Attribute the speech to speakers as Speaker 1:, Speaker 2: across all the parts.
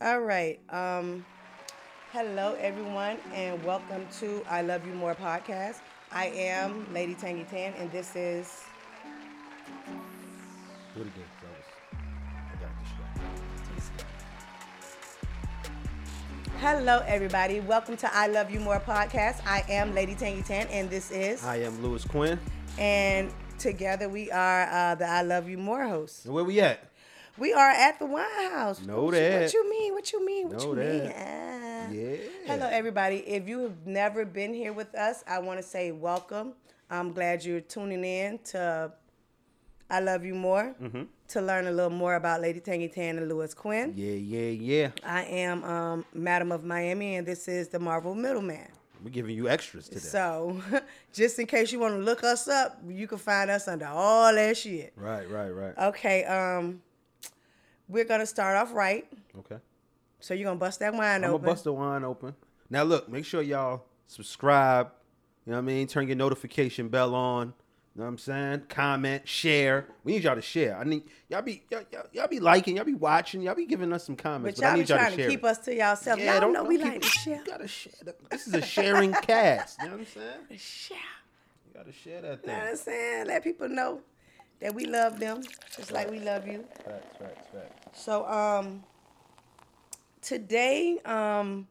Speaker 1: All right. Um, hello, everyone, and welcome to I Love You More podcast. I am Lady Tangy Tan, and this is
Speaker 2: Do it again, 'cause I was, I got distracted.
Speaker 1: Hello, everybody. Welcome to I Love You More podcast. I am Lady Tangy Tan, and this is,
Speaker 2: I am Lewis Quinn.
Speaker 1: and together we are uh, the I Love You More hosts.
Speaker 2: So where we at?
Speaker 1: We are at the wine house.
Speaker 2: Know
Speaker 1: what You, what
Speaker 2: that.
Speaker 1: you mean? What you mean? What
Speaker 2: Know
Speaker 1: you mean?
Speaker 2: that.
Speaker 1: Ah.
Speaker 2: Yeah.
Speaker 1: Hello, everybody. If you have never been here with us, I want to say welcome. I'm glad you're tuning in to I Love You More to learn a little more about Lady Tangy Tan and Lewis Quinn.
Speaker 2: Mm-hmm. Yeah, yeah, yeah.
Speaker 1: I am um, Madam of Miami, and this is the Marvel Middleman.
Speaker 2: We're giving you extras today.
Speaker 1: So, just in case you want to look us up, you can find us under all that shit.
Speaker 2: right, right, right.
Speaker 1: Okay, um, we're gonna start off right.
Speaker 2: okay.
Speaker 1: So you're gonna bust that wine
Speaker 2: I'm going
Speaker 1: open.
Speaker 2: to bust the wine open. Now, look, make sure y'all subscribe. You know what I mean? Turn your notification bell on. You know what I'm saying? Comment, share. We need y'all to share. I need y'all be y'all, y'all, y'all be liking, y'all be watching, y'all be giving us some
Speaker 1: but
Speaker 2: comments. But,
Speaker 1: y'all
Speaker 2: I
Speaker 1: be
Speaker 2: need y'all
Speaker 1: trying
Speaker 2: to
Speaker 1: to
Speaker 2: share.
Speaker 1: keep
Speaker 2: it.
Speaker 1: us to yourself.
Speaker 2: yeah,
Speaker 1: y'all
Speaker 2: don't
Speaker 1: know we
Speaker 2: keep-
Speaker 1: like to share.
Speaker 2: You gotta share. that. This is a sharing cast. You know what I'm saying? You
Speaker 1: Share.
Speaker 2: gotta share that
Speaker 1: You know what
Speaker 2: thing.
Speaker 1: I'm saying? Let people know that we love them just like we love you.
Speaker 2: Facts, facts, facts.
Speaker 1: So um today um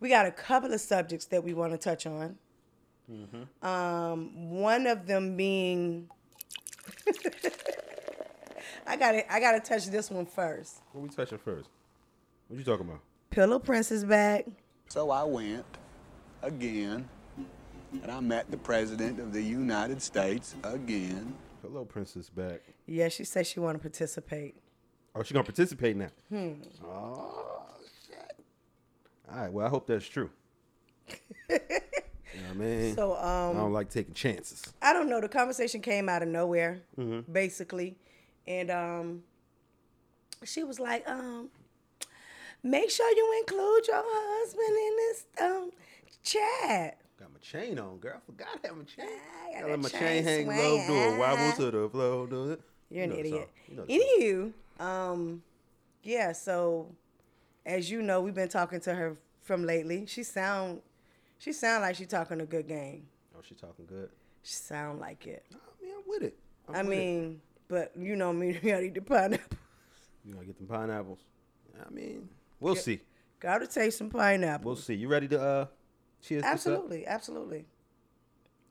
Speaker 1: we got a couple of subjects that we want to touch on.
Speaker 2: Mm-hmm.
Speaker 1: Um one of them being I got to I got to touch this one first.
Speaker 2: What we touching first? What you talking about?
Speaker 1: Pillow Prince is back.
Speaker 3: So I went again, and I met the President of the United States again.
Speaker 2: Hello, Princess back.
Speaker 1: Yeah, she said she want to participate.
Speaker 2: Oh, she gonna participate now. Hmm. Oh shit. All right. Well, I hope that's true. you know what I mean?
Speaker 1: So
Speaker 2: I
Speaker 1: um
Speaker 2: don't like taking chances.
Speaker 1: I don't know. The conversation came out of nowhere,
Speaker 2: Mm-hmm.
Speaker 1: basically, and um, she was like, um, "Make sure you include your husband in this um chat."
Speaker 2: Got my chain on, girl. I forgot I have my chain.
Speaker 1: Ah, got
Speaker 2: Gotta
Speaker 1: that
Speaker 2: let my
Speaker 1: chain
Speaker 2: chain hang low, do a
Speaker 1: swinging.
Speaker 2: wobble to the floor. Do it.
Speaker 1: You're an
Speaker 2: You know the
Speaker 1: idiot.
Speaker 2: song. You know the song.
Speaker 1: Anywho, um, yeah. So, as you know, we've been talking to her from lately. She sound, she sound like she talking a good game.
Speaker 2: Oh, she talking good.
Speaker 1: She sound like it.
Speaker 2: I mean, I'm with it. I'm
Speaker 1: I
Speaker 2: with it.
Speaker 1: mean, but you know me, I gotta eat the pineapple.
Speaker 2: You gonna get them pineapples? I mean, we'll see.
Speaker 1: Gotta taste some pineapple.
Speaker 2: We'll see. You ready to uh cheers? this up?
Speaker 1: Absolutely, absolutely.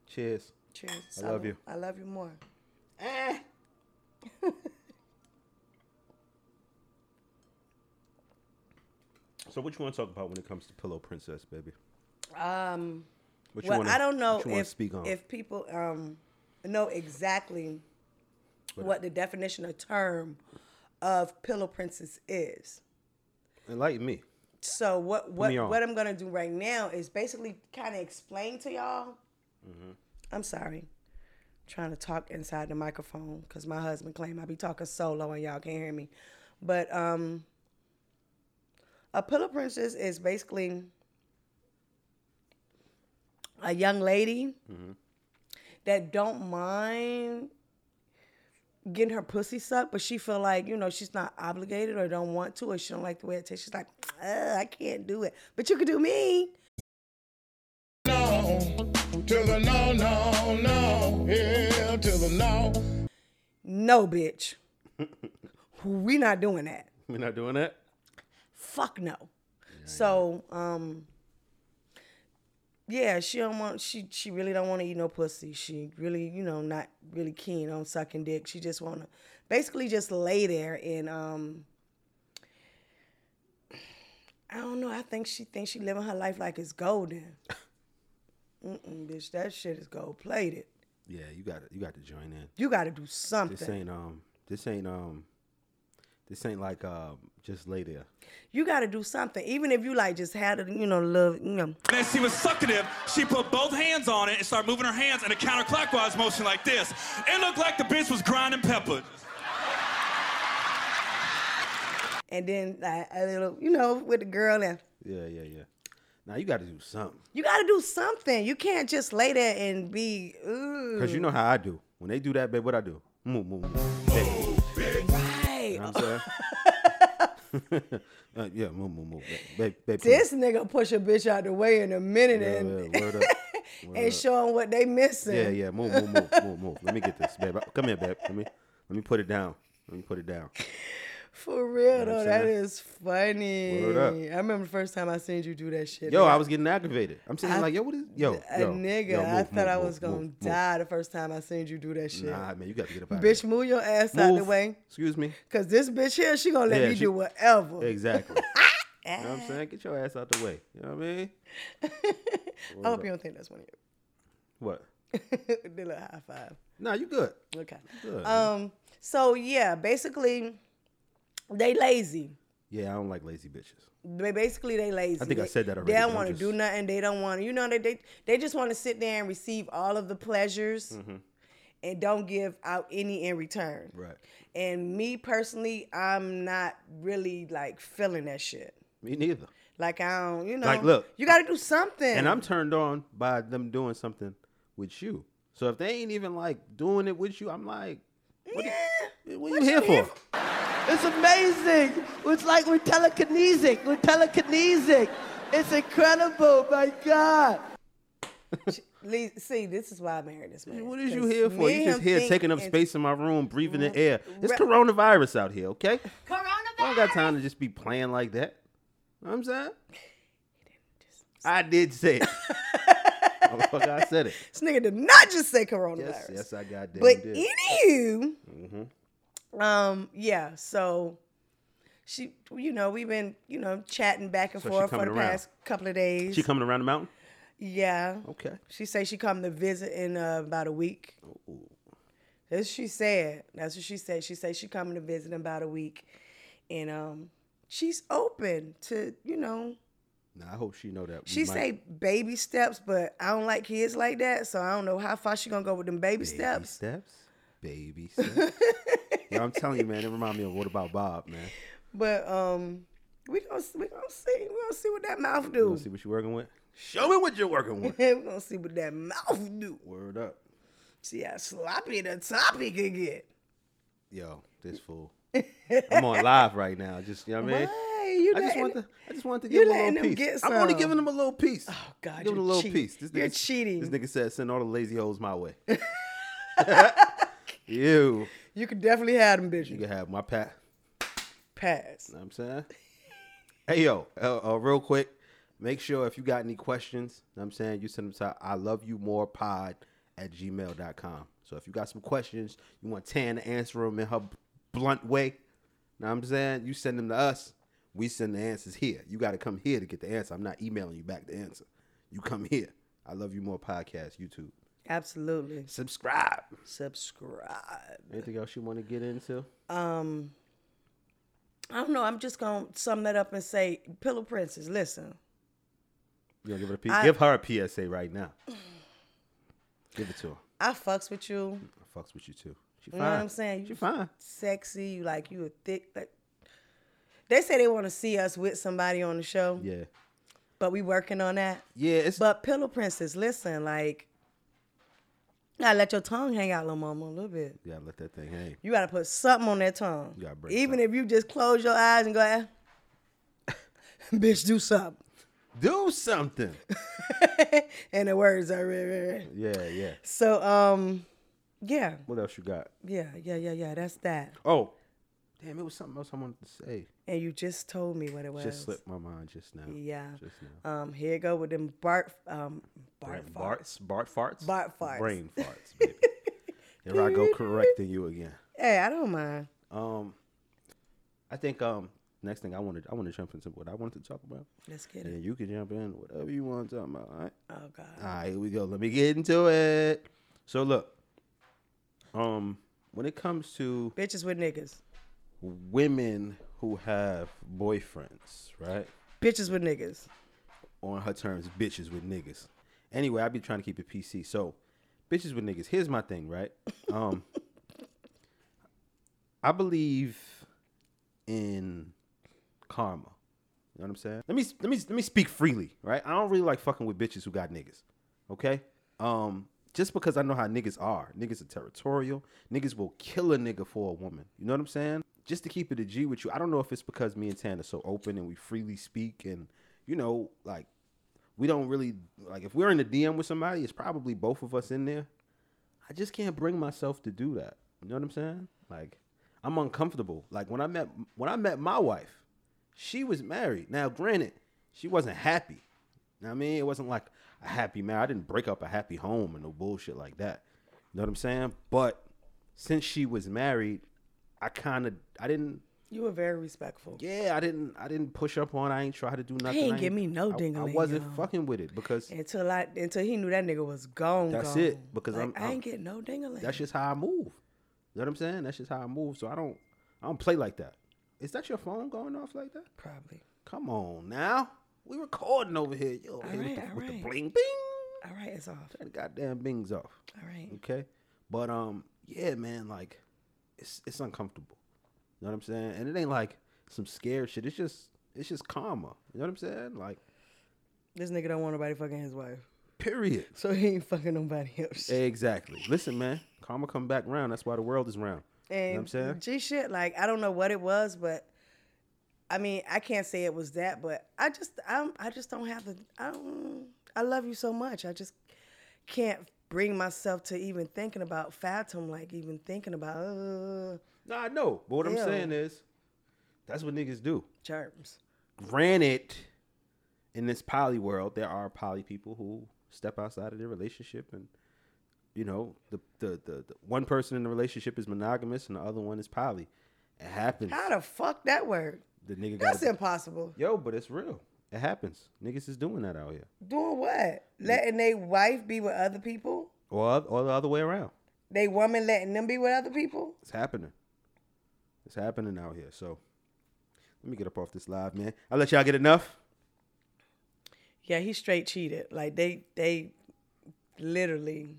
Speaker 2: Cheers.
Speaker 1: Cheers. Um,
Speaker 2: I love you.
Speaker 1: I love you more.
Speaker 2: So what you want to talk about when it comes to Pillow Princess, baby?
Speaker 1: Um,
Speaker 2: What you
Speaker 1: well,
Speaker 2: wanna,
Speaker 1: I don't know
Speaker 2: what you wanna
Speaker 1: if
Speaker 2: speak on.
Speaker 1: if people um know exactly what the definition or term of pillow princess is.
Speaker 2: Enlighten me.
Speaker 1: So what what
Speaker 2: me on.
Speaker 1: what I'm gonna do right now is basically kind of explain to y'all.
Speaker 2: Mm-hmm.
Speaker 1: I'm sorry, trying to talk inside the microphone because my husband claimed I be talking solo and y'all can't hear me. But um, a pillow princess is basically a young lady
Speaker 2: Mm-hmm.
Speaker 1: that don't mind getting her pussy sucked, but she feel like you know she's not obligated or don't want to or she don't like the way it tastes. She's like, "Ugh, I can't do it, but you can do me.
Speaker 3: To the no, no, no, yeah, to the no.
Speaker 1: No, bitch, we not doing that.
Speaker 2: We're not doing that.
Speaker 1: Fuck no. so, um, yeah, she don't want. She she really don't want to eat no pussy. She really, you know, not really keen on sucking dick. She just want to basically just lay there and um. I don't know. I think she thinks she living her life like it's golden. Mm-mm, bitch, that shit is gold plated.
Speaker 2: Yeah, you got it. You got to join in.
Speaker 1: You got to do
Speaker 2: This
Speaker 1: something.
Speaker 2: ain't um. This ain't um. This ain't like um. Just lay there.
Speaker 1: You got to do something, even if you like just had a you know love you know.
Speaker 4: And as she was sucking it, she put both hands on it and started moving her hands in a counterclockwise motion like this. It looked like the bitch was grinding pepper.
Speaker 1: and then like a little, you know, with the girl. And
Speaker 2: Yeah, yeah, yeah. Now you got to do something
Speaker 1: you got to do something. You can't just lay there and be. Ooh.
Speaker 2: because you know how I do. When they do that, babe, what I do? Move, move, move. Hey,
Speaker 1: Right.
Speaker 2: you know what I'm saying? Uh, yeah, move, move, move. Babe, babe,
Speaker 1: This nigga push a bitch out the way in a minute
Speaker 2: Yeah,
Speaker 1: and
Speaker 2: yeah, word up.
Speaker 1: and show 'em what they missing.
Speaker 2: yeah, yeah, move, move, move, move, move. Let me get this, babe. Come here, babe. Let me, let me put it down. Let me put it down.
Speaker 1: For real though,
Speaker 2: I'm
Speaker 1: that
Speaker 2: saying?
Speaker 1: is funny.
Speaker 2: Word up.
Speaker 1: I remember the first time I seen you do that shit.
Speaker 2: Yo,
Speaker 1: Like,
Speaker 2: I was getting aggravated. I'm sitting
Speaker 1: I-
Speaker 2: like, yo, what is yo?
Speaker 1: a
Speaker 2: yo,
Speaker 1: nigga.
Speaker 2: yo,
Speaker 1: I
Speaker 2: move,
Speaker 1: thought
Speaker 2: move,
Speaker 1: I
Speaker 2: move,
Speaker 1: was gonna
Speaker 2: move, move.
Speaker 1: die the first time I seen you do that shit.
Speaker 2: Nah, man, you got to get up out
Speaker 1: Bitch,
Speaker 2: of
Speaker 1: move your ass
Speaker 2: here.
Speaker 1: out
Speaker 2: Move.
Speaker 1: the way.
Speaker 2: Excuse me.
Speaker 1: Cause this bitch here, she gonna let
Speaker 2: Yeah,
Speaker 1: me
Speaker 2: she-
Speaker 1: do whatever.
Speaker 2: Exactly. you know what I'm saying? Get your ass out the way. You know what I mean?
Speaker 1: I hope you don't think that's one of
Speaker 2: What?
Speaker 1: you. the little high five.
Speaker 2: Nah, you good.
Speaker 1: Okay.
Speaker 2: Good.
Speaker 1: Um. So yeah, basically, they lazy.
Speaker 2: yeah, I don't like lazy bitches.
Speaker 1: They basically they lazy.
Speaker 2: I think I
Speaker 1: They-
Speaker 2: said that already,
Speaker 1: They
Speaker 2: but
Speaker 1: don't
Speaker 2: I'm
Speaker 1: want to
Speaker 2: just-
Speaker 1: do nothing. They don't want to. You know they they they just want to sit there and receive all of the pleasures, and don't give out any in return.
Speaker 2: Mm-hmm. Right.
Speaker 1: And me personally, I'm not really like feeling that shit.
Speaker 2: Me neither.
Speaker 1: Like I don't, you know.
Speaker 2: Like, look,
Speaker 1: you got to do something.
Speaker 2: And I'm turned on by them doing something with you. So if they ain't even like doing it with you, I'm like, what, are you- what you here for?
Speaker 5: It's amazing. It's like we're telekinesic. We're telekinesic. It's incredible. My God.
Speaker 1: Le- See, this is why I married this man.
Speaker 2: What is you
Speaker 1: 'Cause
Speaker 2: here for?
Speaker 1: me
Speaker 2: You
Speaker 1: and
Speaker 2: just
Speaker 1: him
Speaker 2: here
Speaker 1: think
Speaker 2: taking up
Speaker 1: it's-
Speaker 2: space in my room, breathing the air. It's
Speaker 1: Re-
Speaker 2: coronavirus out here, okay? Coronavirus. I don't got time to just be playing like that. Know what I'm saying? I did say it. Motherfucker, I said it.
Speaker 1: This nigga did not just say coronavirus.
Speaker 2: Yes, yes, I goddamn
Speaker 1: But
Speaker 2: did. Mm-hmm.
Speaker 1: anywho, um, yeah. So she, you know, we've been, you know, chatting back and
Speaker 2: So she
Speaker 1: forth for the
Speaker 2: coming around.
Speaker 1: past couple of days.
Speaker 2: She Oh. coming around the mountain?
Speaker 1: yeah.
Speaker 2: Okay.
Speaker 1: She say she come to visit in uh, about a week. That's what she said. That's what she said. She said she coming to visit in about a week, and um, she's open to, you know,
Speaker 2: Now I hope she know that. we
Speaker 1: She
Speaker 2: might-
Speaker 1: say baby steps, but I don't like kids like that, so I don't know how far she gonna go with them baby,
Speaker 2: baby
Speaker 1: steps.
Speaker 2: steps, baby steps. Yo, I'm telling you, man, it remind me of what about Bob, man?
Speaker 1: But um, we gonna we gonna see we gonna see what that mouth
Speaker 2: You
Speaker 1: do.
Speaker 2: wanna see what you working with? Show me what you're working with.
Speaker 1: we gonna see what that mouth do.
Speaker 2: Word up,
Speaker 1: See how sloppy the topic can get.
Speaker 2: yo, this fool. I'm on live right now. Just you know what I mean.
Speaker 1: Why you
Speaker 2: I just
Speaker 1: letting-
Speaker 2: want to. I just want to
Speaker 1: you
Speaker 2: give him a
Speaker 1: letting
Speaker 2: little
Speaker 1: him
Speaker 2: piece.
Speaker 1: get
Speaker 2: I'm only
Speaker 1: some.
Speaker 2: giving him a little piece. Oh
Speaker 1: God,
Speaker 2: give him a
Speaker 1: you
Speaker 2: little
Speaker 1: cheat.
Speaker 2: piece. This
Speaker 1: You're
Speaker 2: nigga,
Speaker 1: cheating.
Speaker 2: This nigga said, "Send all the lazy hoes my way." Ew.
Speaker 1: You could definitely have them
Speaker 2: You
Speaker 1: bitches
Speaker 2: can have my pat.
Speaker 1: pass.
Speaker 2: know what I'm saying? hey, yo, uh, uh, real quick, make sure if you got any questions, know what I'm saying, you send them to I love you more pod at gmail.com. So if you got some questions, you want Tan to answer them in her blunt way, know what I'm saying, you send them to us. We send the answers here. You got to come here to get the answer. I'm not emailing you back the answer. You come here. I love you more podcast, YouTube.
Speaker 1: Absolutely.
Speaker 2: Subscribe.
Speaker 1: Subscribe. Um,
Speaker 2: Anything else you want to get into?
Speaker 1: I don't know. I'm just gonna sum that up and say, Pillow Princess, listen.
Speaker 2: You gonna give it a P-
Speaker 1: I-
Speaker 2: give her a PSA right now. give it to her.
Speaker 1: I fucks with you.
Speaker 2: I fucks with you too. She
Speaker 1: You
Speaker 2: fine.
Speaker 1: know what I'm saying?
Speaker 2: She fine.
Speaker 1: Sexy, you like you a thick like they say they want to see us with somebody on the show,
Speaker 2: Yeah.
Speaker 1: but we working on that.
Speaker 2: Yeah. It's
Speaker 1: But Pillow Princess, listen, like you gotta let your tongue hang out, little mama, a little bit.
Speaker 2: yeah. Let that thing hang.
Speaker 1: You gotta put something on that tongue.
Speaker 2: You gotta break
Speaker 1: Even if you just close your eyes and go, "Ah, bitch, do something.
Speaker 2: Do something.
Speaker 1: and the words are re- re- re.
Speaker 2: yeah. Yeah.
Speaker 1: So um, yeah,
Speaker 2: What else you got?
Speaker 1: yeah, yeah, yeah, yeah. That's that.
Speaker 2: Oh, damn! It was something else I wanted to say.
Speaker 1: And you just told me what it was.
Speaker 2: Just slipped my mind just now.
Speaker 1: Yeah.
Speaker 2: Just now.
Speaker 1: Um, here you go with them Bart um Bart
Speaker 2: Brain-
Speaker 1: Bart.
Speaker 2: Barts. Bart farts.
Speaker 1: Bart farts.
Speaker 2: Brain farts. Baby. Here I go correcting you again.
Speaker 1: Hey, I don't mind.
Speaker 2: Um, I think um next thing I wanted I want to jump into what I wanted to talk about.
Speaker 1: Let's get
Speaker 2: And
Speaker 1: it.
Speaker 2: you can jump in whatever you want to talk about. All right.
Speaker 1: Oh God.
Speaker 2: All right, here we go. Let me get into it. So look, um, when it comes to
Speaker 1: Bitches with niggas.
Speaker 2: women who have boyfriends, right?
Speaker 1: Bitches with niggas.
Speaker 2: On her terms, bitches with niggas. Anyway, I be trying to keep it PC. So, bitches with niggas. Here's my thing, right? Um, I believe in karma. You know what I'm saying? Let me let me let me speak freely, right? I don't really like fucking with bitches who got niggas. Okay? Um just because I know how niggas are. Niggas are territorial. Niggas will kill a nigga for a woman. You know what I'm saying? just to keep it a G with you, I don't know if it's because me and Tan are so open and we freely speak and you know, like we don't really like if we're in the DM with somebody, it's probably both of us in there. I just can't bring myself to do that. You know what I'm saying? Like I'm uncomfortable. Like when I met when I met my wife, she was married. Now, granted, she wasn't happy. You know what I mean, it wasn't like a happy marriage. I didn't break up a happy home and no bullshit like that. You know what I'm saying? But since she was married, I kind of I didn't
Speaker 1: You were very respectful.
Speaker 2: yeah, I didn't. I didn't push up on. I ain't try to do nothing.
Speaker 1: ain't
Speaker 2: I
Speaker 1: give me no
Speaker 2: I- I,
Speaker 1: ding-a-ling,
Speaker 2: wasn't
Speaker 1: y'all.
Speaker 2: fucking with it because
Speaker 1: Until I until he knew that nigga was gone.
Speaker 2: That's
Speaker 1: gone.
Speaker 2: it, because
Speaker 1: Like,
Speaker 2: I'm-
Speaker 1: I
Speaker 2: I'm-
Speaker 1: ain't getting no dingling.
Speaker 2: that's just how I move. You know what I'm saying? That's just how I move. So I don't. I don't play like that. Is that your phone going off like that?
Speaker 1: probably.
Speaker 2: Come on now, we recording over here. Yo, hey, with,
Speaker 1: right,
Speaker 2: the,
Speaker 1: all
Speaker 2: with the
Speaker 1: right.
Speaker 2: bling bing,
Speaker 1: All right, it's off.
Speaker 2: the goddamn bings off.
Speaker 1: All right.
Speaker 2: Okay. But um, yeah, man, like it's it's uncomfortable. You know what I'm saying? And it ain't like some scared shit. It's just it's just karma. You know what I'm saying? Like
Speaker 1: This nigga don't want nobody fucking his wife.
Speaker 2: period.
Speaker 1: So he ain't fucking nobody else.
Speaker 2: Exactly. Listen, man, karma come back round. That's why the world is round. you know what I'm
Speaker 1: And
Speaker 2: saying?
Speaker 1: G shit, like I don't know what it was, but I mean, I can't say it was that, but I just I'm I just don't have the I don't I love you so much. I just can't bring myself to even thinking about Fathom, like even thinking about uh
Speaker 2: Nah, I know. But what I'm
Speaker 1: Ew.
Speaker 2: saying is, that's what niggas do.
Speaker 1: germs.
Speaker 2: Granted, in this poly world, there are poly people who step outside of their relationship and you know, the the, the, the one person in the relationship is monogamous and the other one is poly. It happens.
Speaker 1: How the fuck that work?
Speaker 2: The nigga got
Speaker 1: That's impossible.
Speaker 2: Yo, but it's real. It happens. Niggas is doing that out here.
Speaker 1: Doing what? Letting they wife be with other people?
Speaker 2: Or or the other way around.
Speaker 1: They woman letting them be with other people?
Speaker 2: It's happening. It's happening out here. So let me get up off this live, man. I let y'all get enough.
Speaker 1: Yeah, he straight cheated. Like they they literally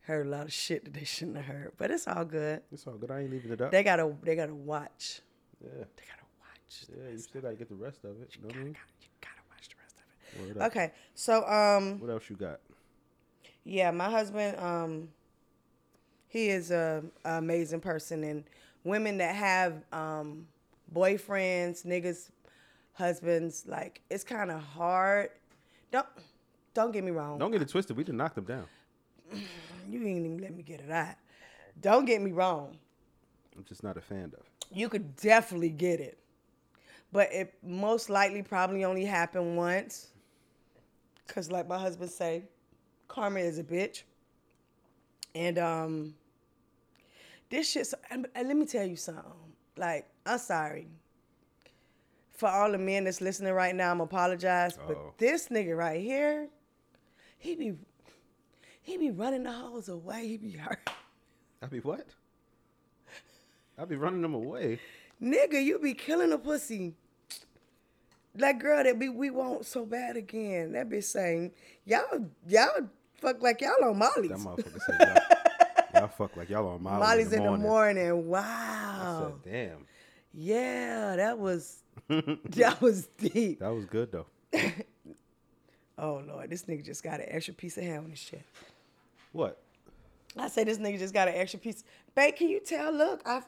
Speaker 1: heard a lot of shit that they shouldn't have heard. But it's all good.
Speaker 2: It's all good. I ain't leaving it up.
Speaker 1: They gotta they gotta watch.
Speaker 2: yeah.
Speaker 1: They gotta watch.
Speaker 2: Yeah, you still gotta get the rest of it. You know what I
Speaker 1: You
Speaker 2: mean?
Speaker 1: gotta, you gotta watch the rest of
Speaker 2: Word
Speaker 1: it.
Speaker 2: up.
Speaker 1: Okay. So um
Speaker 2: What else you got?
Speaker 1: yeah, my husband um he is a, a amazing person and women that have um boyfriends, niggas, husbands, like it's kinda hard. Don't don't get me wrong.
Speaker 2: Don't get it twisted. We just knocked them down.
Speaker 1: You ain't even let me get it out. Don't get me wrong.
Speaker 2: I'm just not a fan of.
Speaker 1: You could definitely get it. But it most likely probably only happened once. Cause like my husband say, karma is a bitch. And um this shit and, and let me tell you something. Like, I'm sorry. For all the men that's listening right now, I'm apologize.
Speaker 2: Uh-oh.
Speaker 1: But this nigga right here, he be he be running the hoes away. He be hurt.
Speaker 2: I'd be what? I'd be running them away.
Speaker 1: Nigga, you be killing a pussy. Like girl, that be we want so bad again. That bitch saying, y'all, y'all fuck like y'all on
Speaker 2: That
Speaker 1: Molly's.
Speaker 2: motherfucker said y'all, y'all fuck like y'all on Molly's,
Speaker 1: Molly's
Speaker 2: in the morning. I
Speaker 1: Wow.
Speaker 2: said, damn.
Speaker 1: Yeah, that was that was deep.
Speaker 2: That was good though.
Speaker 1: Oh Lord, this nigga just got an extra piece of ham in his shit.
Speaker 2: What?
Speaker 1: I say this nigga just got an extra piece. Babe, can you tell? Look, I've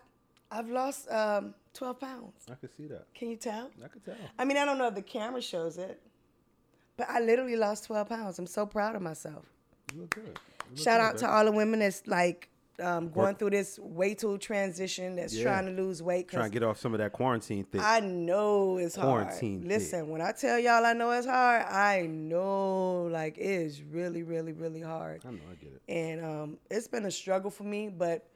Speaker 1: I've lost um 12 pounds.
Speaker 2: I could see that.
Speaker 1: Can you tell?
Speaker 2: I could tell.
Speaker 1: I mean, I don't know if the camera shows it, but I literally lost 12 pounds. I'm so proud of myself.
Speaker 2: You look good. You look
Speaker 1: Shout
Speaker 2: good,
Speaker 1: out to
Speaker 2: baby.
Speaker 1: all the women that's like um, going through this weight to transition, that's
Speaker 2: Yeah.
Speaker 1: trying to lose weight. 'cause
Speaker 2: Trying to get off some of that quarantine thing.
Speaker 1: I know it's
Speaker 2: Quarantine
Speaker 1: hard.
Speaker 2: thick.
Speaker 1: Listen, when I tell y'all I know it's hard, I know like it is really, really, really hard.
Speaker 2: I know. I get it.
Speaker 1: And um, it's been a struggle for me, but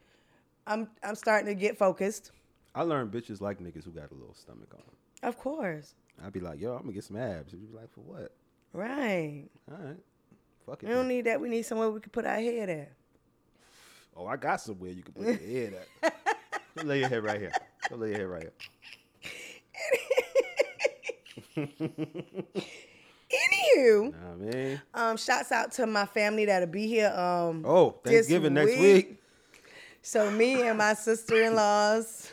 Speaker 1: I'm I'm starting to get focused.
Speaker 2: I learned bitches like niggas who got a little stomach on them.
Speaker 1: Of course,
Speaker 2: I'd be like, yo, I'm gonna get some abs. You'd be like, for what?
Speaker 1: right?
Speaker 2: All right. Fuck it.
Speaker 1: We don't
Speaker 2: then.
Speaker 1: need that. We need somewhere we can put our head at.
Speaker 2: oh, I got somewhere you can put your head at. Go lay your head right here. Go lay your head right here.
Speaker 1: Anywho.
Speaker 2: Know what I mean?
Speaker 1: Um, shouts out to my family that'll be here. Um,
Speaker 2: Oh,
Speaker 1: this
Speaker 2: Thanksgiving next week.
Speaker 1: So me and my sister-in-laws,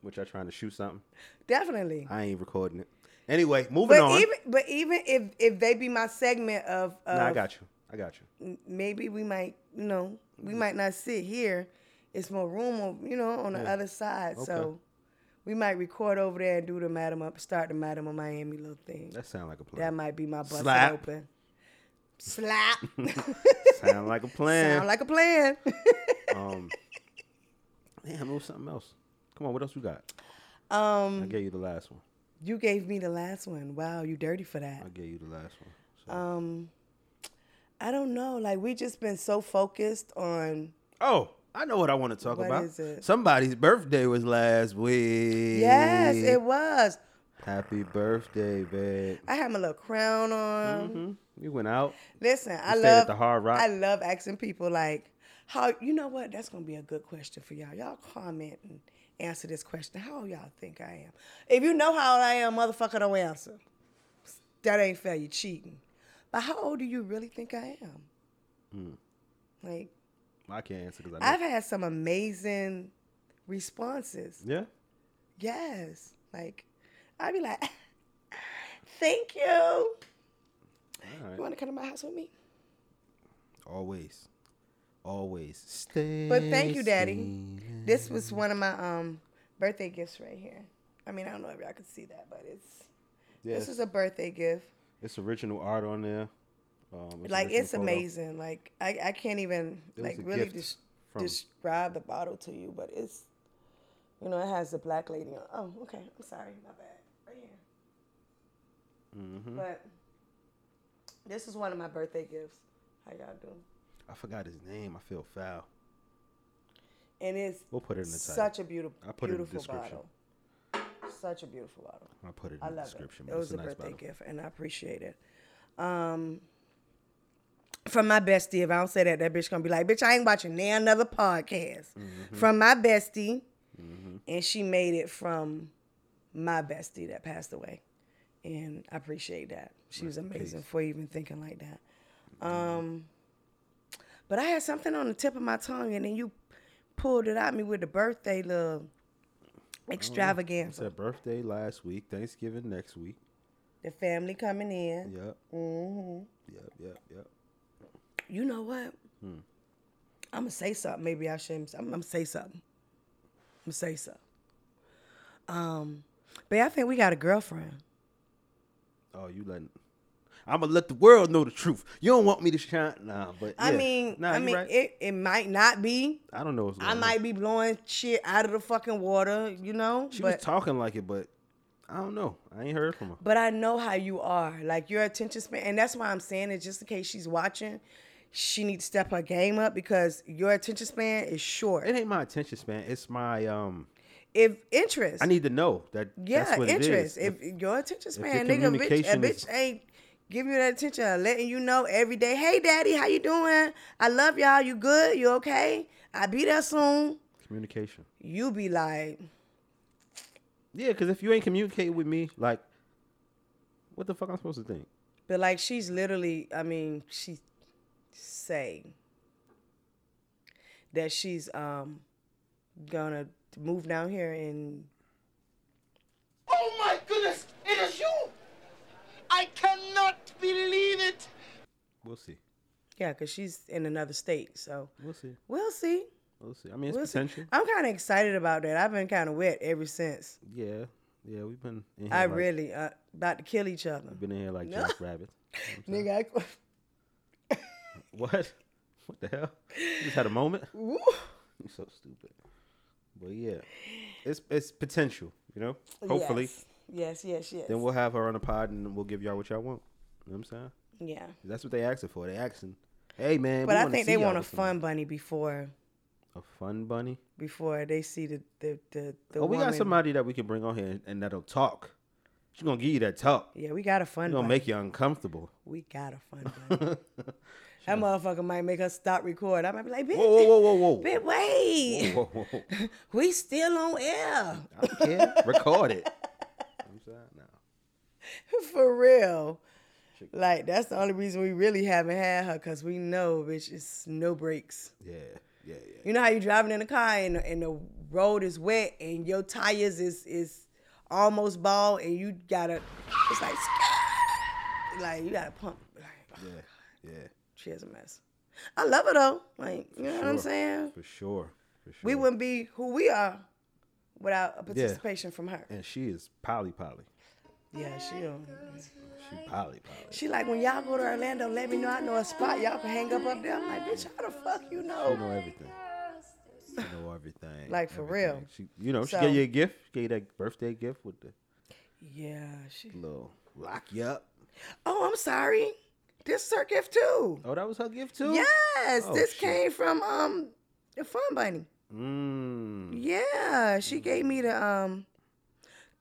Speaker 2: Which I trying to shoot something.
Speaker 1: definitely.
Speaker 2: I ain't recording it. Anyway, moving
Speaker 1: But
Speaker 2: on.
Speaker 1: even but even if if they be my segment of, of
Speaker 2: nah, I got you. I got you.
Speaker 1: maybe we might you know we might not sit here it's more room, on- you know, on the other side. So we might record over there and do the Madam up, start the Madam of Miami little thing.
Speaker 2: That sound like a plan.
Speaker 1: that might be my bust
Speaker 2: Slap.
Speaker 1: it open. Slap.
Speaker 2: sound like a plan.
Speaker 1: Sound like a plan.
Speaker 2: Damn, it was something else. Come on, what else you got? I
Speaker 1: um,
Speaker 2: gave you the last one.
Speaker 1: you gave me the last one. Wow, you dirty for that.
Speaker 2: I gave you the last one.
Speaker 1: Uh,
Speaker 2: So-
Speaker 1: I don't know. Like we just been so focused on
Speaker 2: oh, I know what I want to talk
Speaker 1: What
Speaker 2: about.
Speaker 1: is it?
Speaker 2: Somebody's birthday was last week.
Speaker 1: Yes, it was.
Speaker 2: Happy birthday, babe.
Speaker 1: I had my little crown on.
Speaker 2: You went out.
Speaker 1: Listen, I
Speaker 2: Mm-hmm. stayed at
Speaker 1: love
Speaker 2: the Hard Rock?
Speaker 1: I love asking people like how you know what? That's gonna be a good question for y'all. Y'all comment and answer this question. How old y'all think I am? If you know how old I am, motherfucker, don't answer. That ain't fair. You cheating. But how old do you really think I am?
Speaker 2: Hmm.
Speaker 1: Like
Speaker 2: I can't answer because I. know-
Speaker 1: I've had some amazing responses.
Speaker 2: yeah.
Speaker 1: Yes. Like, I'd be like, thank you.
Speaker 2: right.
Speaker 1: You want to come to my house with me?
Speaker 2: Always. Always. Stay.
Speaker 1: But thank you, Daddy.
Speaker 2: stay.
Speaker 1: This was one of my um birthday gifts right here. I mean, I don't know if y'all could see that, but it's
Speaker 2: Yes.
Speaker 1: this is a birthday gift.
Speaker 2: It's original art on there. Um,
Speaker 1: Like
Speaker 2: original
Speaker 1: it's
Speaker 2: photo.
Speaker 1: amazing. Like I, I can't even
Speaker 2: was
Speaker 1: like
Speaker 2: a
Speaker 1: really
Speaker 2: gift
Speaker 1: des-
Speaker 2: from-
Speaker 1: describe the bottle to you, but it's you know it has the black lady on. Oh, okay. I'm sorry, my bad. Right here.
Speaker 2: Mm-hmm.
Speaker 1: But this is one of my birthday gifts. How y'all do?
Speaker 2: I forgot his name. I feel foul.
Speaker 1: And it's
Speaker 2: We'll put it in the title.
Speaker 1: such a beautiful,
Speaker 2: I'll put it in the
Speaker 1: beautiful
Speaker 2: description.
Speaker 1: bottle. Such a beautiful bottle.
Speaker 2: I'll put it in
Speaker 1: I
Speaker 2: the
Speaker 1: love it.
Speaker 2: description.
Speaker 1: It
Speaker 2: but it's
Speaker 1: was a,
Speaker 2: nice
Speaker 1: birthday
Speaker 2: bottle.
Speaker 1: gift, and I appreciate it. Um, from my bestie, if I don't say that, that bitch gonna be like, "Bitch, I ain't watching now another podcast."
Speaker 2: Mm-hmm.
Speaker 1: From my bestie, and she made it from my bestie that passed away, and I appreciate that. She was amazing for even thinking like that.
Speaker 2: Mm-hmm.
Speaker 1: Um, but I had something on the tip of my tongue, and then you pulled it out me with the birthday
Speaker 2: Oh,
Speaker 1: little
Speaker 2: It's
Speaker 1: extravaganza.
Speaker 2: her birthday last week. Thanksgiving next week.
Speaker 1: The family coming in.
Speaker 2: Yep. Mm-hmm. Yep. Yep. Yep.
Speaker 1: You know what? I'm gonna say something. Maybe I shouldn't. I'm, gonna say something. I'm gonna say something. Um, but I think we got a girlfriend.
Speaker 2: Oh, you letting? I'm gonna let the world know the truth. You don't want me to shine, nah. But
Speaker 1: I
Speaker 2: yeah.
Speaker 1: mean,
Speaker 2: nah,
Speaker 1: I
Speaker 2: you
Speaker 1: mean,
Speaker 2: right. Mm-hmm.
Speaker 1: it, it might not be.
Speaker 2: I don't know what's going
Speaker 1: I
Speaker 2: on.
Speaker 1: might be blowing shit out of the fucking water, you know.
Speaker 2: She
Speaker 1: but
Speaker 2: was talking like it, but I don't know. I ain't heard from her.
Speaker 1: but I know how you are. Like your attention span, and that's why I'm saying it. Just in case she's watching, she needs to step her game up because your attention span is short.
Speaker 2: It ain't my attention span. It's my um.
Speaker 1: If interest,
Speaker 2: I need to know that.
Speaker 1: Yeah,
Speaker 2: that's what
Speaker 1: interest.
Speaker 2: It is.
Speaker 1: If, your attention span, nigga, bitch,
Speaker 2: your
Speaker 1: a
Speaker 2: communication is-
Speaker 1: bitch ain't giving you that attention, or letting you know every day, hey, daddy, how you doing? I love y'all. You good? You okay? I be there soon.
Speaker 2: Communication.
Speaker 1: You be like,
Speaker 2: Yeah, because if you ain't communicating with me, like, what the fuck I'm supposed to think?
Speaker 1: but like she's literally, I mean, she say that she's um gonna move down here and
Speaker 6: Oh my goodness, it is you! I cannot believe it!
Speaker 2: We'll see.
Speaker 1: yeah, cause she's in another state. So
Speaker 2: We'll see.
Speaker 1: we'll see.
Speaker 2: We'll see. I mean, it's
Speaker 1: We'll see.
Speaker 2: potential.
Speaker 1: I'm kind of excited about that. I've been kind of wet ever since.
Speaker 2: Yeah, yeah. We've been. In here
Speaker 1: I
Speaker 2: like,
Speaker 1: really uh, about to kill each other.
Speaker 2: been in here like
Speaker 1: No.
Speaker 2: jackrabbits.
Speaker 1: Nigga, I,
Speaker 2: What? What the hell? You just had a moment.
Speaker 1: Woo.
Speaker 2: You're so stupid. But yeah, it's it's potential. You know. Hopefully,
Speaker 1: Yes, yes, yes. yes.
Speaker 2: then we'll have her on the pod and we'll give y'all what y'all want. You know what I'm saying?
Speaker 1: yeah.
Speaker 2: That's what they asking for. They asking, hey man.
Speaker 1: But
Speaker 2: we
Speaker 1: I
Speaker 2: wanna
Speaker 1: think
Speaker 2: see
Speaker 1: they
Speaker 2: y'all
Speaker 1: want a
Speaker 2: this summer."
Speaker 1: fun bunny before
Speaker 2: A fun bunny.
Speaker 1: before they see the the the, the
Speaker 2: oh, we got
Speaker 1: woman.
Speaker 2: somebody that we can bring on here and, and that'll talk. She's gonna give you that talk.
Speaker 1: Yeah, we got a fun
Speaker 2: She's gonna
Speaker 1: bunny.
Speaker 2: make you uncomfortable.
Speaker 1: we got a fun bunny. that motherfucker might make us stop recording. I might be like, bitch,
Speaker 2: Whoa, whoa, whoa, whoa, whoa.
Speaker 1: bitch, wait,
Speaker 2: Whoa, whoa, whoa.
Speaker 1: we still on air
Speaker 2: I don't care. Record it. I'm saying no.
Speaker 1: for real. Like that's the only reason we really haven't had her, cause we know, bitch, it's no breaks.
Speaker 2: Yeah, yeah, yeah.
Speaker 1: You know how you driving in a car and, and the road is wet and your tires is is almost bald and you gotta it's like like you gotta pump like ugh,
Speaker 2: Yeah, yeah.
Speaker 1: she is a mess. I love her though. Like you know what I'm
Speaker 2: Sure.
Speaker 1: saying?
Speaker 2: For sure.
Speaker 1: We wouldn't be who we are without a participation from her.
Speaker 2: And she is poly poly.
Speaker 1: Yeah, she. on.
Speaker 2: She poly poly.
Speaker 1: She like when y'all go to Orlando, let me know. I know a spot y'all can hang up up there. I'm like, bitch, how the fuck you
Speaker 2: She
Speaker 1: know?
Speaker 2: know everything. She know everything.
Speaker 1: Like, for
Speaker 2: everything.
Speaker 1: real.
Speaker 2: She, you know, she
Speaker 1: So-
Speaker 2: gave you a gift. She gave you that birthday gift with the
Speaker 1: Yeah, she.
Speaker 2: little lock you up.
Speaker 1: Oh, I'm sorry. This is her gift too.
Speaker 2: Oh, that was her gift too.
Speaker 1: Yes,
Speaker 2: Oh,
Speaker 1: this
Speaker 2: shit.
Speaker 1: came from um the Fun Bunny.
Speaker 2: Mm.
Speaker 1: Yeah, she gave me the um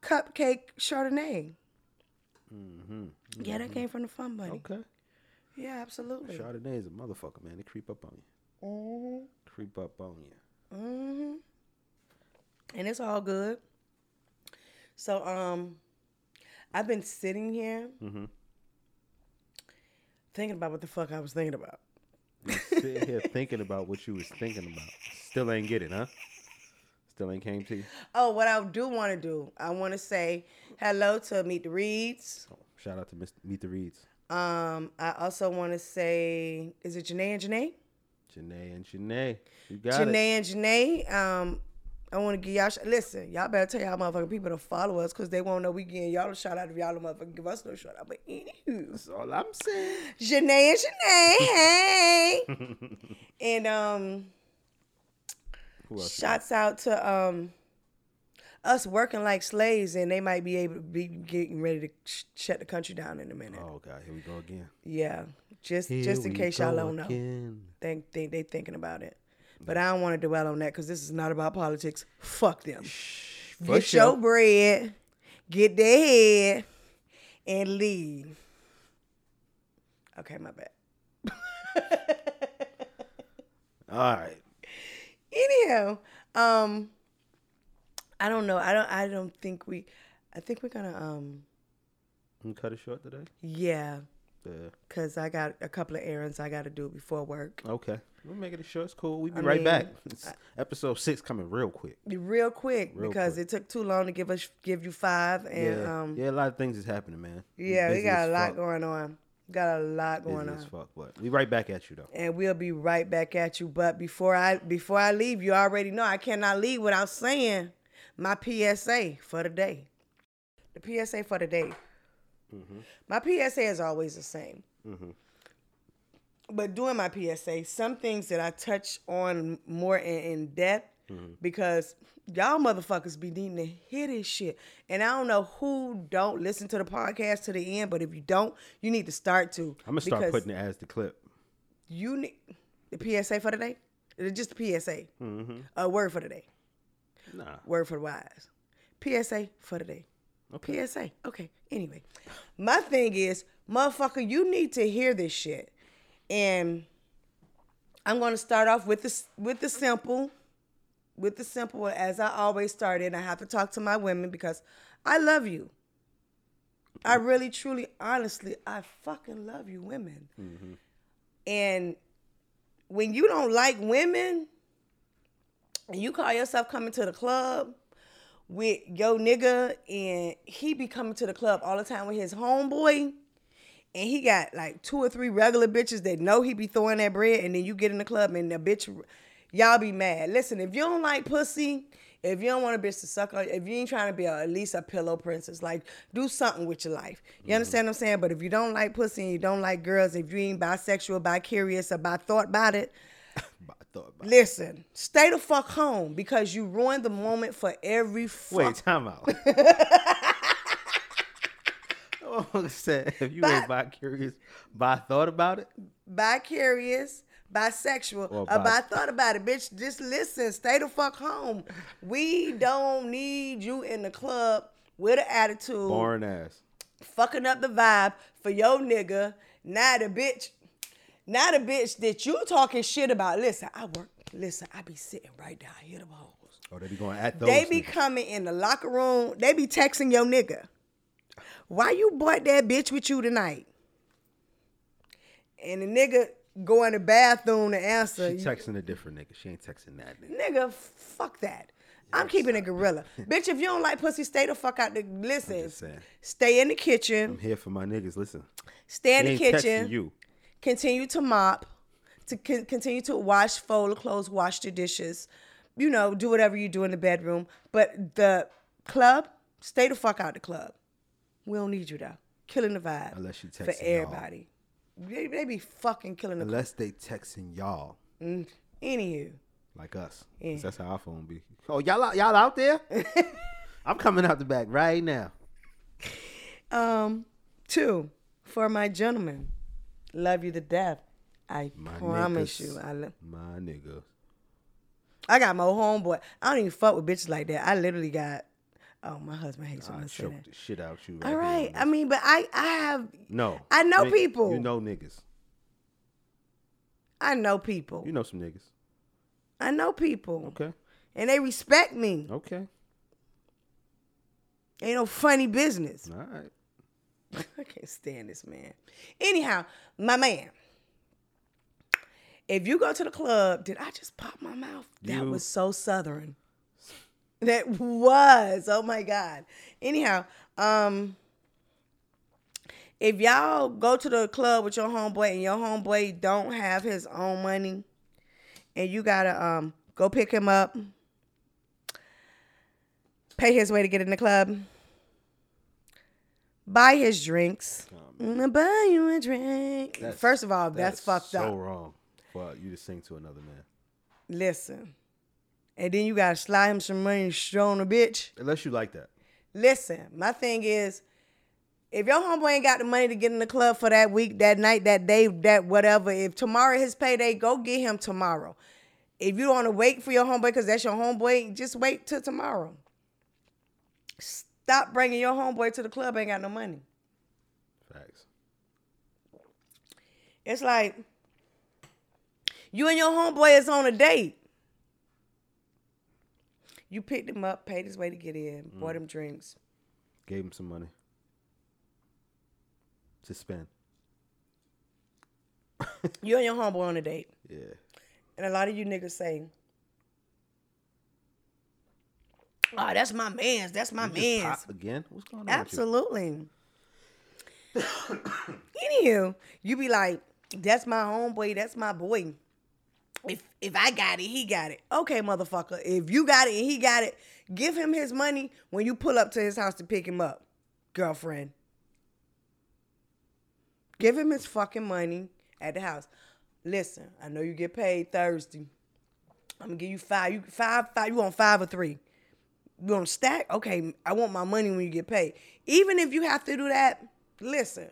Speaker 1: cupcake Chardonnay. Yeah, that came from the Fun Bunny.
Speaker 2: Mm-hmm. Okay.
Speaker 1: Yeah, absolutely. Mm-hmm.
Speaker 2: Chardonnay is a motherfucker, man. They creep up on you. Creep up on you.
Speaker 1: hmm And it's all good. So um I've been sitting here
Speaker 2: Mm-hmm.
Speaker 1: thinking about what the fuck I was thinking about.
Speaker 2: Sitting here thinking about what you was thinking about. Still ain't get it, huh? Still ain't came to you.
Speaker 1: Oh, what I do want to do, I want to say hello to Meet the Reeds.
Speaker 2: Oh, shout out to Miss Meet the Reeds,
Speaker 1: Um, I also want to say, is it Janae and Janae?
Speaker 2: Janae and Janae. You got it.
Speaker 1: Janae and Janae. Um, I want to give y'all. Sh- Listen, y'all better tell y'all motherfucking people to follow us because they won't know we getting y'all a shout out if y'all don't motherfucking give us no shout out. But anywho,
Speaker 2: That's all I'm saying.
Speaker 1: Janae and Janae, hey, and um,
Speaker 2: Who else?
Speaker 1: shouts out to um. Us working like slaves, and they might be able to be getting ready to sh- shut the country down in a minute.
Speaker 2: Oh God, here we go again.
Speaker 1: Yeah, just
Speaker 2: Here
Speaker 1: just in
Speaker 2: we
Speaker 1: case y'all
Speaker 2: go
Speaker 1: don't know.
Speaker 2: again.
Speaker 1: think, think they thinking about it. But I don't want to dwell on that because this is not about politics. Fuck them.
Speaker 2: For
Speaker 1: get your
Speaker 2: sure.
Speaker 1: bread, get their head, and leave. Okay, my bad.
Speaker 2: All right.
Speaker 1: Anyhow, um, I don't know. I don't. I don't think we. I think we're gonna. Um,
Speaker 2: Can we cut it short today.
Speaker 1: yeah,
Speaker 2: Yeah.
Speaker 1: cause I got a couple of errands I got to do before work.
Speaker 2: Okay. We're making it short. It's cool. We'll be
Speaker 1: I
Speaker 2: right
Speaker 1: mean,
Speaker 2: back. It's episode six coming real quick.
Speaker 1: Real quick,
Speaker 2: Real
Speaker 1: because
Speaker 2: quick.
Speaker 1: it took too long to give us give you five, and
Speaker 2: yeah.
Speaker 1: um,
Speaker 2: yeah, a lot of things is happening, man. We
Speaker 1: Yeah, we
Speaker 2: busy
Speaker 1: got
Speaker 2: as
Speaker 1: a lot
Speaker 2: fuck.
Speaker 1: going on. Got a lot going
Speaker 2: Busy
Speaker 1: on.
Speaker 2: as fuck, but we right back at you though.
Speaker 1: And we'll be right back at you. But before I before I leave, you already know I cannot leave without saying my PSA for the day. The PSA for the day.
Speaker 2: Mm-hmm.
Speaker 1: My PSA is always the same. But doing my PSA, some things that I touch on more in, in depth
Speaker 2: Mm-hmm.
Speaker 1: because y'all motherfuckers be needing to hear this shit. And I don't know who don't listen to the podcast to the end, but if you don't, you need to start to.
Speaker 2: I'm gonna start
Speaker 1: because-
Speaker 2: putting it as the clip.
Speaker 1: you need the PSA for today. It's just the PSA. A word for today.
Speaker 2: Nah.
Speaker 1: Word for the wise. PSA for today. PSA. Okay. Anyway, my thing is, motherfucker, you need to hear this shit, and I'm gonna start off with this with the simple, with the simple as I always started. And I have to talk to my women because I love you. I really, truly, honestly, I fucking love you, women. And when you don't like women, and you call yourself coming to the club with yo nigga, and he be coming to the club all the time with his homeboy, and he got like two or three regular bitches that know he be throwing that bread, and then you get in the club and the bitch, y'all be mad. Listen, if you don't like pussy. If you don't want a bitch to suck on, if you ain't trying to be a, at least a pillow princess, like do something with your life. You understand what I'm saying? But if you don't like pussy and you don't like girls, if you ain't bisexual, bi curious, or bi thought about it,
Speaker 2: But I thought about
Speaker 1: Listen, stay the fuck home because you ruined the moment for every fuck.
Speaker 2: Wait, time out. oh, said if you ain't by curious, by thought about it.
Speaker 1: Bicurious, bisexual,
Speaker 2: Or
Speaker 1: or,
Speaker 2: bi-
Speaker 1: bi thought about it, bitch. Just listen, stay the fuck home. We don't need you in the club with an attitude,
Speaker 2: Boring ass.
Speaker 1: fucking up the vibe for your nigga. Now the bitch, now the bitch that you talking shit about. Listen, I work. Listen, I be sitting right down here the hoes.
Speaker 2: Oh, they be going at those.
Speaker 1: They be
Speaker 2: niggas.
Speaker 1: coming in the locker room. They be texting your nigga. Why you brought that bitch with you tonight? And the nigga go in the bathroom to
Speaker 2: She
Speaker 1: answer.
Speaker 2: texting a different nigga. She ain't texting that nigga.
Speaker 1: nigga, fuck that. I'm keeping a gorilla. bitch, if you don't like pussy, stay the fuck out the listen.
Speaker 2: just saying.
Speaker 1: Stay in the
Speaker 2: I'm
Speaker 1: kitchen.
Speaker 2: here for my niggas. Listen,
Speaker 1: Stay in
Speaker 2: they
Speaker 1: the
Speaker 2: ain't
Speaker 1: kitchen.
Speaker 2: texting you.
Speaker 1: Continue to mop. To con- continue to wash, fold the clothes, wash the dishes. you know, do whatever you do in the bedroom. But the club, stay the fuck out the club. We don't need you though. Killing the vibe.
Speaker 2: Unless you
Speaker 1: for
Speaker 2: texting y'all.
Speaker 1: everybody. They, they be fucking killing the club.
Speaker 2: Unless they texting y'all
Speaker 1: Anywho.
Speaker 2: like us, 'Cause that's how our phone be. Oh, y'all out, y'all out there? I'm coming out the back right now.
Speaker 1: Um, two, for my gentleman. Love you to death. I
Speaker 2: My
Speaker 1: promise
Speaker 2: niggas.
Speaker 1: you. I lo-
Speaker 2: My nigga.
Speaker 1: I got my homeboy. I don't even fuck with bitches like that. I literally got oh my husband hates when
Speaker 2: I
Speaker 1: I say
Speaker 2: choked
Speaker 1: that.
Speaker 2: the shit out you.
Speaker 1: All
Speaker 2: here on
Speaker 1: right.
Speaker 2: this.
Speaker 1: I mean, but I I have
Speaker 2: no.
Speaker 1: I know
Speaker 2: Nigga,
Speaker 1: people.
Speaker 2: You know niggas.
Speaker 1: I know people.
Speaker 2: You know some niggas.
Speaker 1: I know people.
Speaker 2: Okay.
Speaker 1: And they respect me.
Speaker 2: Okay.
Speaker 1: Ain't no funny business.
Speaker 2: All right.
Speaker 1: I can't stand this man. Anyhow, my man. If you go to the club, did I just pop my mouth? That
Speaker 2: You-
Speaker 1: was so southern. That was. Oh my God. Anyhow, um, if y'all go to the club with your homeboy and your homeboy don't have his own money, and you gotta um go pick him up, pay his way to get in the club, buy his drinks. I'm gonna buy you a drink.
Speaker 2: That's-
Speaker 1: First of all,
Speaker 2: that
Speaker 1: that's,
Speaker 2: is
Speaker 1: fucked
Speaker 2: so
Speaker 1: up.
Speaker 2: wrong. But you just sing to another man.
Speaker 1: Listen. And then you gotta slide him some money straight on the bitch.
Speaker 2: Unless you like that.
Speaker 1: Listen, my thing is, if your homeboy ain't got the money to get in the club for that week, that night, that day, that whatever, if tomorrow his payday, go get him tomorrow. If you don't want to wait for your homeboy because that's your homeboy, just wait till tomorrow. Stop bringing your homeboy to the club. Ain't got no money.
Speaker 2: Facts.
Speaker 1: It's like you and your homeboy is on a date. You picked him up, paid his way to get in, bought him drinks.
Speaker 2: Gave him some money to spend.
Speaker 1: You and your homeboy on a date.
Speaker 2: Yeah.
Speaker 1: And a lot of you niggas say, Oh, that's my man's. That's my
Speaker 2: You just
Speaker 1: man's.
Speaker 2: pop again? What's going on? with you?
Speaker 1: Absolutely. Anywho, you be like, that's my homeboy, that's my boy. If if I got it, he got it. Okay, motherfucker. If you got it and he got it, give him his money when you pull up to his house to pick him up, girlfriend. Give him his fucking money at the house. Listen, I know you get paid Thursday. I'm gonna give you five. You five, five. You want five or three? You want to stack? Okay, I want my money when you get paid. Even if you have to do that, listen,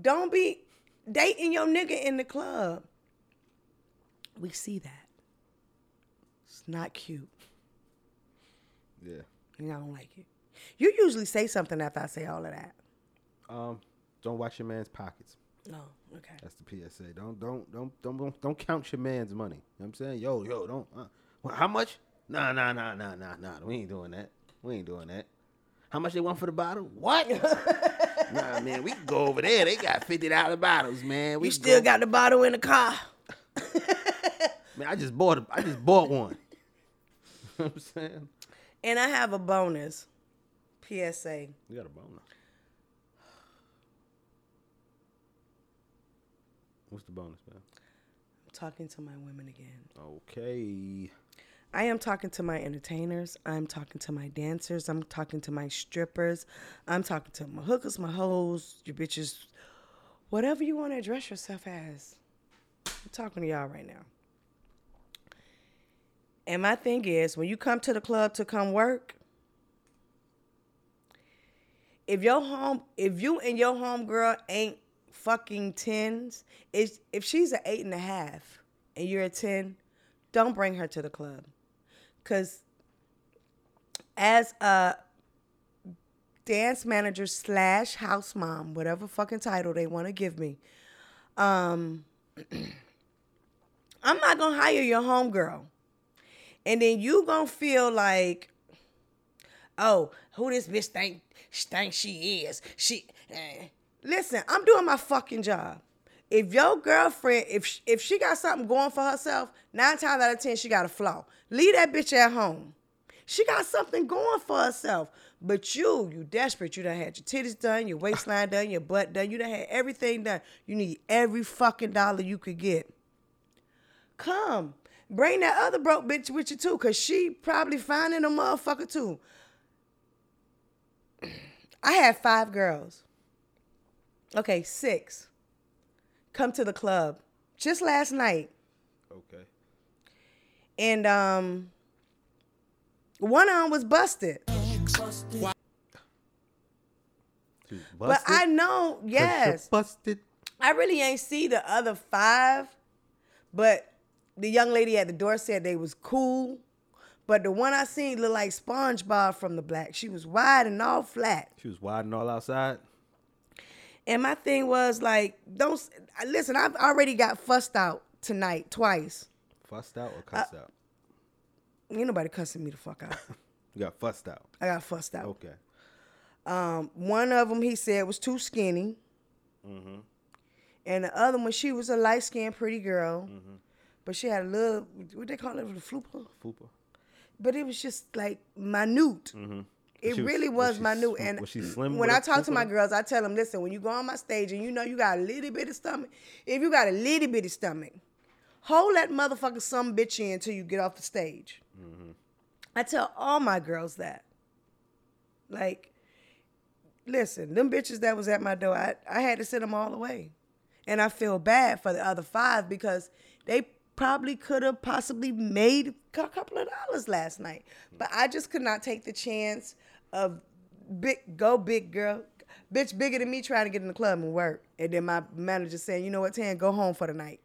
Speaker 1: don't be dating your nigga in the club. We see that. It's not cute,
Speaker 2: Yeah.
Speaker 1: and I don't like it. You usually say something after I say all of that.
Speaker 2: Um, don't watch your man's pockets.
Speaker 1: No, okay.
Speaker 2: That's the PSA. Don't don't don't don't don't, don't count your man's money. You know what I'm saying? Yo, yo, don't uh, wha- how much? Nah, nah, nah, nah, nah, nah. We ain't doing that. We ain't doing that. How much they want for the bottle? What? nah, man, we can go over there. They got fifty dollar bottles, man. We
Speaker 1: You
Speaker 2: can
Speaker 1: still
Speaker 2: go-
Speaker 1: got the bottle in the car.
Speaker 2: Man, I just bought. A, I just bought one. you know what I'm saying?
Speaker 1: And I have a bonus PSA.
Speaker 2: You got a boner. What's the bonus, man?
Speaker 1: talking to my women again.
Speaker 2: Okay.
Speaker 1: I am talking to my entertainers. I'm talking to my dancers. I'm talking to my strippers. I'm talking to my hookers, my hoes, your bitches, whatever you want to address yourself as. I'm talking to y'all right now. And my thing is, when you come to the club to come work, if your home, if you and your homegirl ain't fucking tens, if if she's an eight and a half and you're a ten, don't bring her to the club, cause as a dance manager slash house mom, whatever fucking title they want to give me, um, I'm not gonna hire your homegirl, and then you gonna feel like oh, who this bitch think she think she is? She eh. listen, I'm doing my fucking job. If your girlfriend, if she, if she got something going for herself, nine times out of ten she got a flaw. Leave that bitch at home. She got something going for herself. But you, you desperate. You done had your titties done, your waistline done, your butt done. You done had everything done. You need every fucking dollar you could get. Come. Bring that other broke bitch with you too, cause she probably finding a motherfucker too. I had five girls. Okay, six. Come to the club just last night,
Speaker 2: Okay.
Speaker 1: and um, one of them was busted.
Speaker 2: Dude, busted.
Speaker 1: But I know,
Speaker 2: Cause you're
Speaker 1: yes,
Speaker 2: Busted.
Speaker 1: I really ain't see the other five, but the young lady at the door said they was cool. But the one I seen looked like SpongeBob from the Black. She was wide and all flat.
Speaker 2: She was wide and all outside.
Speaker 1: And my thing was like, don't s- I- listen. I've already got fussed out tonight twice.
Speaker 2: Fussed out or cussed
Speaker 1: Uh,
Speaker 2: out?
Speaker 1: Ain't nobody cussing me the fuck out.
Speaker 2: You got fussed out.
Speaker 1: I got fussed out. Um,
Speaker 2: Okay.
Speaker 1: One of them he said was too skinny, and the other one she was a light skinned pretty girl, but she had a little what they call it the flupa.
Speaker 2: Fupa.
Speaker 1: but it was just like minute. It
Speaker 2: Mm-hmm. she was-
Speaker 1: really
Speaker 2: was
Speaker 1: was,
Speaker 2: she
Speaker 1: minute.
Speaker 2: slim-
Speaker 1: And
Speaker 2: was she slim
Speaker 1: when
Speaker 2: with
Speaker 1: I
Speaker 2: a
Speaker 1: talk to my
Speaker 2: fupa?
Speaker 1: girls, I tell them, listen, when you go on my stage and you know you got a little bit of stomach, if you got a little bit of stomach, hold that motherfucker some bitch in until you get off the stage.
Speaker 2: Mm-hmm.
Speaker 1: I tell all my girls that. Like, listen, them bitches that was at my door, I, I had to send them all away. And I feel bad for the other five because they probably could have possibly made a couple of dollars last night. But I just could not take the chance of big go big girl, bitch bigger than me trying to get in the club and work. And then my manager saying, you know what, Tan, go home for the night.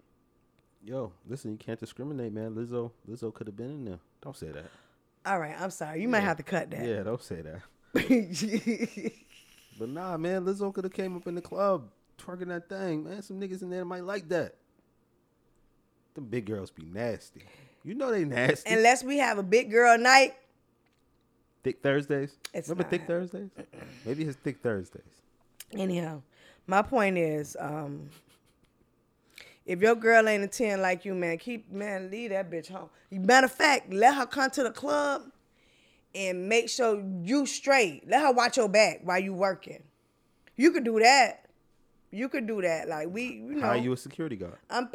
Speaker 2: Yo, listen, you can't discriminate, man. Lizzo, Lizzo could have been in there. Don't say that.
Speaker 1: All right, I'm sorry. You might have to cut that.
Speaker 2: Yeah, don't say that. But nah, man, Lizzo could have came up in the club twerking that thing, man. Some niggas in there might like that. Them big girls be nasty. You know they nasty.
Speaker 1: Unless we have a big girl night,
Speaker 2: Thick Thursdays.
Speaker 1: It's
Speaker 2: Remember Thick
Speaker 1: not.
Speaker 2: Thursdays? Maybe it's Thick Thursdays.
Speaker 1: Anyhow, my point is, um, if your girl ain't a ten like you, man, keep man, leave that bitch home. Matter of fact, let her come to the club and make sure you straight. Let her watch your back while you working. You could do that. You could do that. Like we, you know,
Speaker 2: How are you a security guard?
Speaker 1: I'm,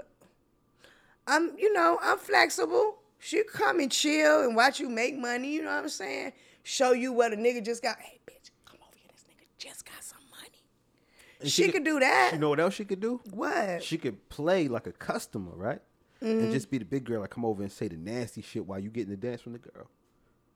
Speaker 1: I'm, you know, I'm flexible. She come and chill and watch you make money. You know what I'm saying? Show you what a nigga just got. Hey, bitch, come over here. This nigga just got some money.
Speaker 2: And
Speaker 1: she could do that.
Speaker 2: You know what else she could do?
Speaker 1: What?
Speaker 2: She could play like a customer, right?
Speaker 1: Mm-hmm.
Speaker 2: And just be the big girl, like come over and say the nasty shit while you getting the dance from the girl.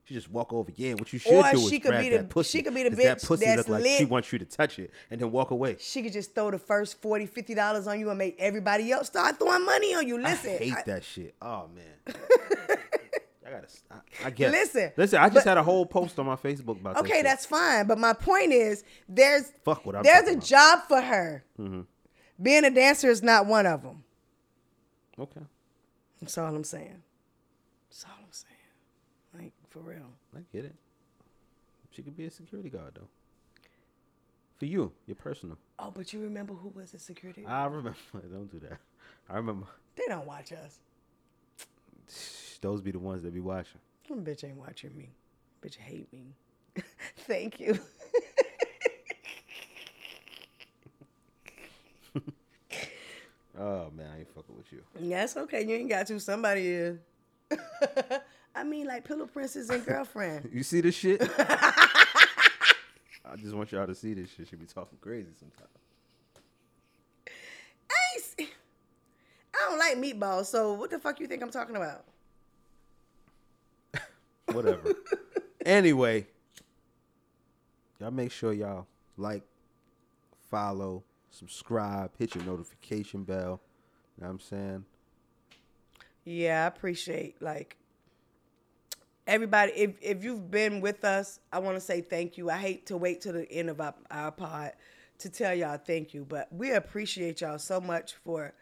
Speaker 2: She just walk over, yeah. What you should
Speaker 1: Or
Speaker 2: do is
Speaker 1: she could
Speaker 2: grab
Speaker 1: be the-
Speaker 2: that pussy.
Speaker 1: she could be the
Speaker 2: 'cause
Speaker 1: bitch
Speaker 2: that pussy
Speaker 1: that's
Speaker 2: look like she
Speaker 1: lit.
Speaker 2: wants you to touch it and then walk away.
Speaker 1: she could just throw the first 40 50 dollars on you and make everybody else start throwing money on you listen
Speaker 2: I hate
Speaker 1: I-
Speaker 2: that shit. Oh man. I gotta. s- I, I guess.
Speaker 1: Listen,
Speaker 2: listen. I just
Speaker 1: but-
Speaker 2: had a whole post on my Facebook about. that
Speaker 1: okay
Speaker 2: shit.
Speaker 1: that's fine but my point is there's
Speaker 2: Fuck what I'm
Speaker 1: there's a
Speaker 2: talking
Speaker 1: job
Speaker 2: about. Mm-hmm.
Speaker 1: for her being a dancer is not one of them
Speaker 2: okay.
Speaker 1: that's all i'm saying that's all i'm saying like for real
Speaker 2: I get it. She could be a security guard though. For you, your personal.
Speaker 1: oh but you remember who was the security
Speaker 2: I remember. Don't do that. I remember.
Speaker 1: they don't watch us
Speaker 2: Those be the ones that be watching.
Speaker 1: Them bitch ain't watching me bitch hate me thank you
Speaker 2: Oh man, I ain't fucking with you.
Speaker 1: That's okay. You ain't got to. Somebody is. I mean, like Pillow Princess and girlfriend.
Speaker 2: You see this shit? I just want y'all to see this shit. She be talking crazy sometimes.
Speaker 1: I, ain't s- I don't like meatballs, so what the fuck you think I'm talking about?
Speaker 2: Whatever. anyway, y'all make sure y'all like, follow, subscribe, hit your notification bell. You know what I'm saying?
Speaker 1: Yeah, I appreciate like everybody. If if you've been with us, I want to say thank you. I hate to wait till the end of our, our pod to tell y'all thank you, but we appreciate y'all so much for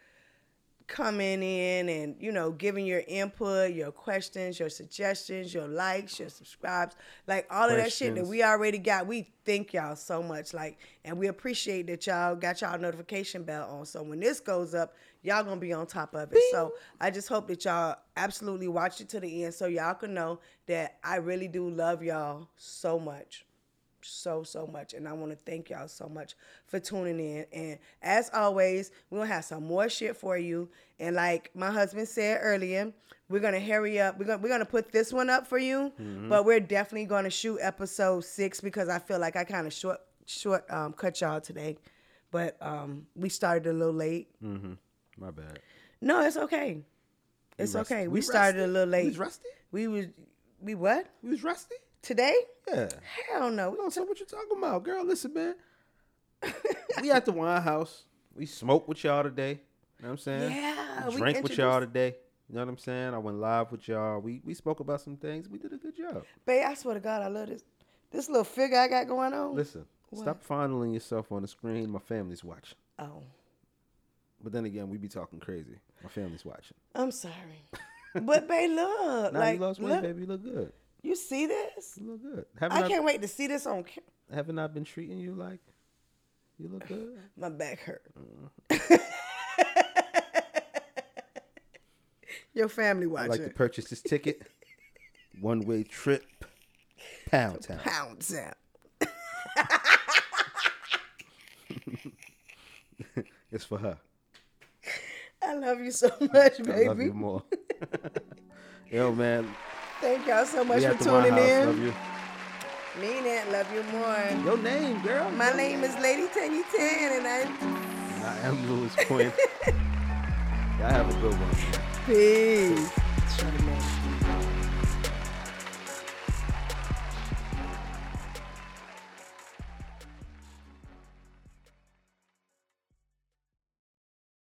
Speaker 1: coming in and you know giving your input, your questions, your suggestions, your likes, your subscribes, like all of that shit that
Speaker 2: Questions.
Speaker 1: we already got. We thank y'all so much, like, and we appreciate that y'all got y'all notification bell on. So when this goes up, y'all gonna be on top of it. So I just hope that y'all absolutely watch it to the end, so y'all can know that I really do love y'all so much. so so much and i want to thank y'all so much for tuning in and as always we're gonna have some more shit for you and like my husband said earlier we're gonna hurry up we're gonna, we're gonna put this one up for you
Speaker 2: Mm-hmm.
Speaker 1: but we're definitely gonna shoot episode six because i feel like i kind of short short um, cut y'all today but um, we started a little late
Speaker 2: Mm. My bad.
Speaker 1: no it's okay it's
Speaker 2: rusty.
Speaker 1: okay
Speaker 2: We
Speaker 1: we, started a
Speaker 2: rusty?
Speaker 1: little
Speaker 2: We
Speaker 1: late
Speaker 2: was rusty?
Speaker 1: we was we what
Speaker 2: You was rusty?
Speaker 1: today
Speaker 2: Yeah.
Speaker 1: hell no we
Speaker 2: No, so what you talking about, girl? Listen, man. we at the wine house. We smoked with y'all today. You know what I'm saying?
Speaker 1: Yeah,
Speaker 2: We
Speaker 1: we
Speaker 2: drank with y'all
Speaker 1: introduced-
Speaker 2: today. You know what I'm saying? I went live with y'all. We we spoke about some things. We did a good job.
Speaker 1: Babe, I swear to God, I love this this little figure I got going on.
Speaker 2: Listen, stop fondling yourself on the screen. My family's watching.
Speaker 1: Oh,
Speaker 2: But then again, we be talking crazy. My family's watching.
Speaker 1: I'm sorry. but babe, look,
Speaker 2: Now
Speaker 1: like
Speaker 2: you lost weight,
Speaker 1: look,
Speaker 2: baby. You look good.
Speaker 1: you see this?
Speaker 2: You look good. Haven't
Speaker 1: I
Speaker 2: I,
Speaker 1: can't wait to see this on camera.
Speaker 2: haven't I been treating you like you look good?
Speaker 1: My back hurt. Your family
Speaker 2: I'd
Speaker 1: watching.
Speaker 2: like to purchase this ticket. One way trip. Pound town.
Speaker 1: Pound sound.
Speaker 2: It's for her.
Speaker 1: I love you so much,
Speaker 2: I love
Speaker 1: baby.
Speaker 2: you more. Yo, man.
Speaker 1: Thank y'all so much
Speaker 2: we
Speaker 1: for
Speaker 2: at the Wine
Speaker 1: tuning
Speaker 2: House. Love
Speaker 1: in.
Speaker 2: you.
Speaker 1: Me and Aunt love you more.
Speaker 2: Your name, girl.
Speaker 1: My name is Lady Tanya Tan, and I'm
Speaker 2: And I am Lewis Quinn. Y'all have a good one.
Speaker 1: peace. Shut him up.